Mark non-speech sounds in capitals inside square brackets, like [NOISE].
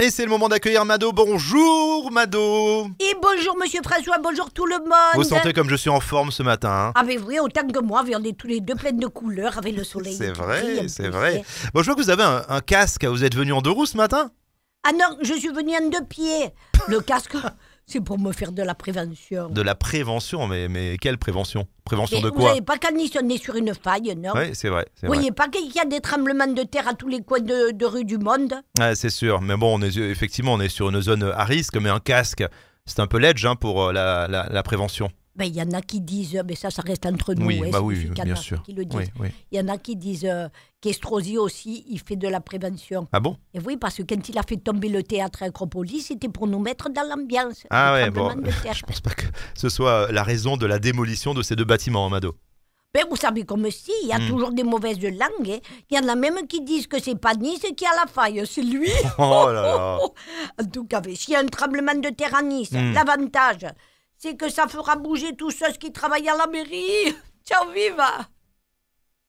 Et c'est le moment d'accueillir Mado. Bonjour Mado Et bonjour Monsieur François, bonjour tout le monde Vous sentez comme je suis en forme ce matin hein Ah mais oui, autant que moi, on est tous les deux pleines de couleurs avec le soleil. C'est qui brille un vrai, c'est peu. vrai. Bon, je vois que vous avez un, un casque. hein. Vous êtes venu en deux roues ce matin Ah non, je suis venue en deux pieds. Le casque, [LAUGHS] c'est pour me faire de la prévention. De la prévention, mais, mais quelle prévention Prévention Mais de vous quoi savez pas qu'à Nice, on est sur une faille, non Oui, c'est vrai. C'est Vous vrai. voyez pas qu'il y a des tremblements de terre à tous les coins de, de rue du monde Ouais, c'est sûr. Mais bon, on est, effectivement, on est sur une zone à risque, mais un casque, c'est un peu ledge hein, pour euh, la, la- la prévention. Ben, il y en a qui disent, euh, mais ça, ça reste entre nous. oui, hein, bah c'est oui, monsieur bien Canard sûr. Qui le disent. Oui, oui. Il y en a qui disent euh, qu'Estrosi aussi, il fait de la prévention. Ah bon Et Eh oui, parce que quand il a fait tomber le théâtre à Acropolis, c'était pour nous mettre dans l'ambiance. Ah Le ouais, bon, tremblement de terre. je pense pas que ce soit la raison de la démolition de ces deux bâtiments, hein, Mado. [LAUGHS] Mais vous savez comme si, il y a Hmm. toujours des mauvaises langues. hein. Il y en a même qui disent que c'est pas Nice qui a la faille, c'est lui. Oh là là En tout cas, mais s'il y a un tremblement de terre à Nice, Hmm. l'avantage, c'est que ça fera bouger tous ceux qui travaillent à la mairie. Ciao, viva